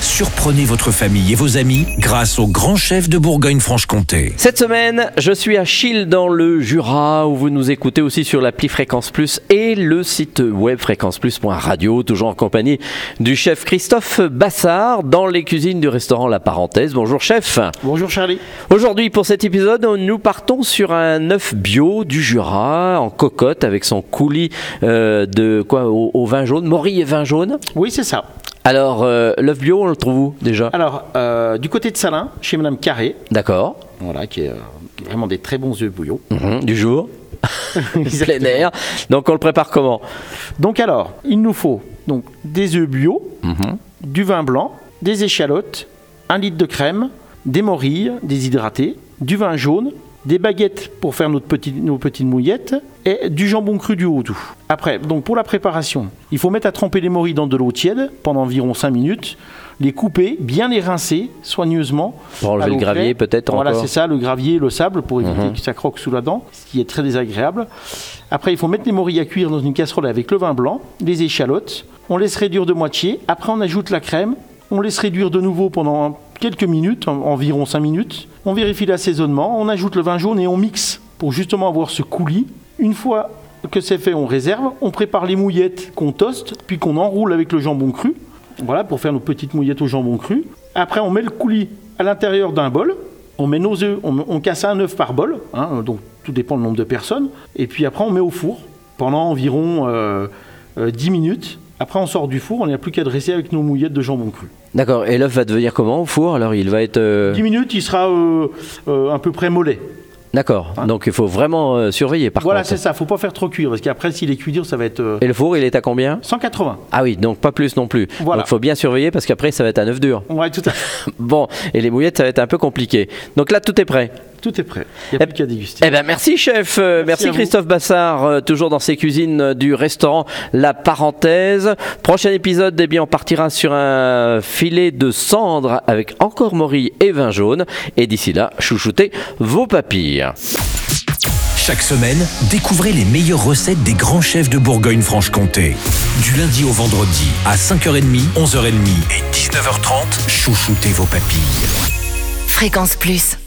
Surprenez votre famille et vos amis grâce au grand chef de Bourgogne-Franche-Comté. Cette semaine, je suis à Chille dans le Jura où vous nous écoutez aussi sur l'appli Fréquence Plus et le site web fréquenceplus.radio, toujours en compagnie du chef Christophe Bassard dans les cuisines du restaurant La Parenthèse. Bonjour chef. Bonjour Charlie. Aujourd'hui pour cet épisode, nous partons sur un œuf bio du Jura en cocotte avec son coulis euh, de quoi au, au vin jaune, morille et vin jaune. Oui, c'est ça. Alors euh, l'œuf bio, on le trouve où déjà Alors, euh, du côté de Salin, chez Madame Carré, D'accord. voilà, qui est euh, qui est vraiment des très bons œufs bouillons. Mhm, du jour. plein air. Donc on le prépare comment Donc alors, il nous faut donc des œufs bio, Mhm. du vin blanc, des échalotes, un litre de crème, des morilles déshydratées, du vin jaune, des baguettes pour faire notre petit- nos petites mouillettes et du jambon cru du haut tout. Après, donc pour la préparation, il faut mettre à tremper les morilles dans de l'eau tiède pendant environ 5 minutes, les couper, bien les rincer soigneusement. Pour enlever à le l'eau gravier, fraîche. peut-être Voilà, encore. c'est ça, le gravier, le sable pour éviter que ça croque sous la dent, ce qui est très désagréable. Après, il faut mettre les morilles à cuire dans une casserole avec le vin blanc, les échalotes. On laisse réduire de moitié. Après, on ajoute la crème. On laisse réduire de nouveau pendant quelques minutes, en- environ 5 minutes. On vérifie l'assaisonnement. On ajoute le vin jaune et on mixe pour justement avoir ce coulis. Une fois que c'est fait, on réserve. On prépare les mouillettes qu'on toste, puis qu'on enroule avec le jambon cru. Voilà, pour faire nos petites mouillettes au jambon cru. Après, on met le coulis à l'intérieur d'un bol. On met nos œufs, on, on casse un œuf par bol, hein, donc tout dépend du nombre de personnes. Et puis après, on met au four pendant environ euh, euh, 10 minutes. Après, on sort du four, on n'a plus qu'à dresser avec nos mouillettes de jambon cru. D'accord, et l'œuf va devenir comment au four Alors il va être. euh, 10 minutes, il sera euh, euh, à peu près mollet. D'accord, donc il faut vraiment euh, surveiller par Voilà, contre. c'est ça, faut pas faire trop cuire, parce qu'après, s'il est cuit dur, ça va être euh, Et le four, il est à combien 180. Ah oui, donc pas plus non plus. Voilà. Donc il faut bien surveiller parce qu'après ça va être un œuf dur. Ouais, tout, à fait. Bon, et les mouillettes, ça va être un peu compliqué. Donc là, tout est prêt. tout est prêt. Il n'y Eh- a plus qu'à déguster. Eh ben merci chef, Euh, merci, Merci à vous. Christophe Bassard, euh, toujours dans ses cuisines euh, du restaurant La Parenthèse. Prochain épisode, eh bien on partira sur un filet de cendre avec encore morille et vin jaune. Et d'ici là, chouchoutez vos papilles. Chaque semaine, découvrez les meilleures recettes des grands chefs de Bourgogne-Franche-Comté. Du lundi au vendredi, à 5h30, 11h30 et 19h30, chouchoutez vos papilles. Fréquence Plus.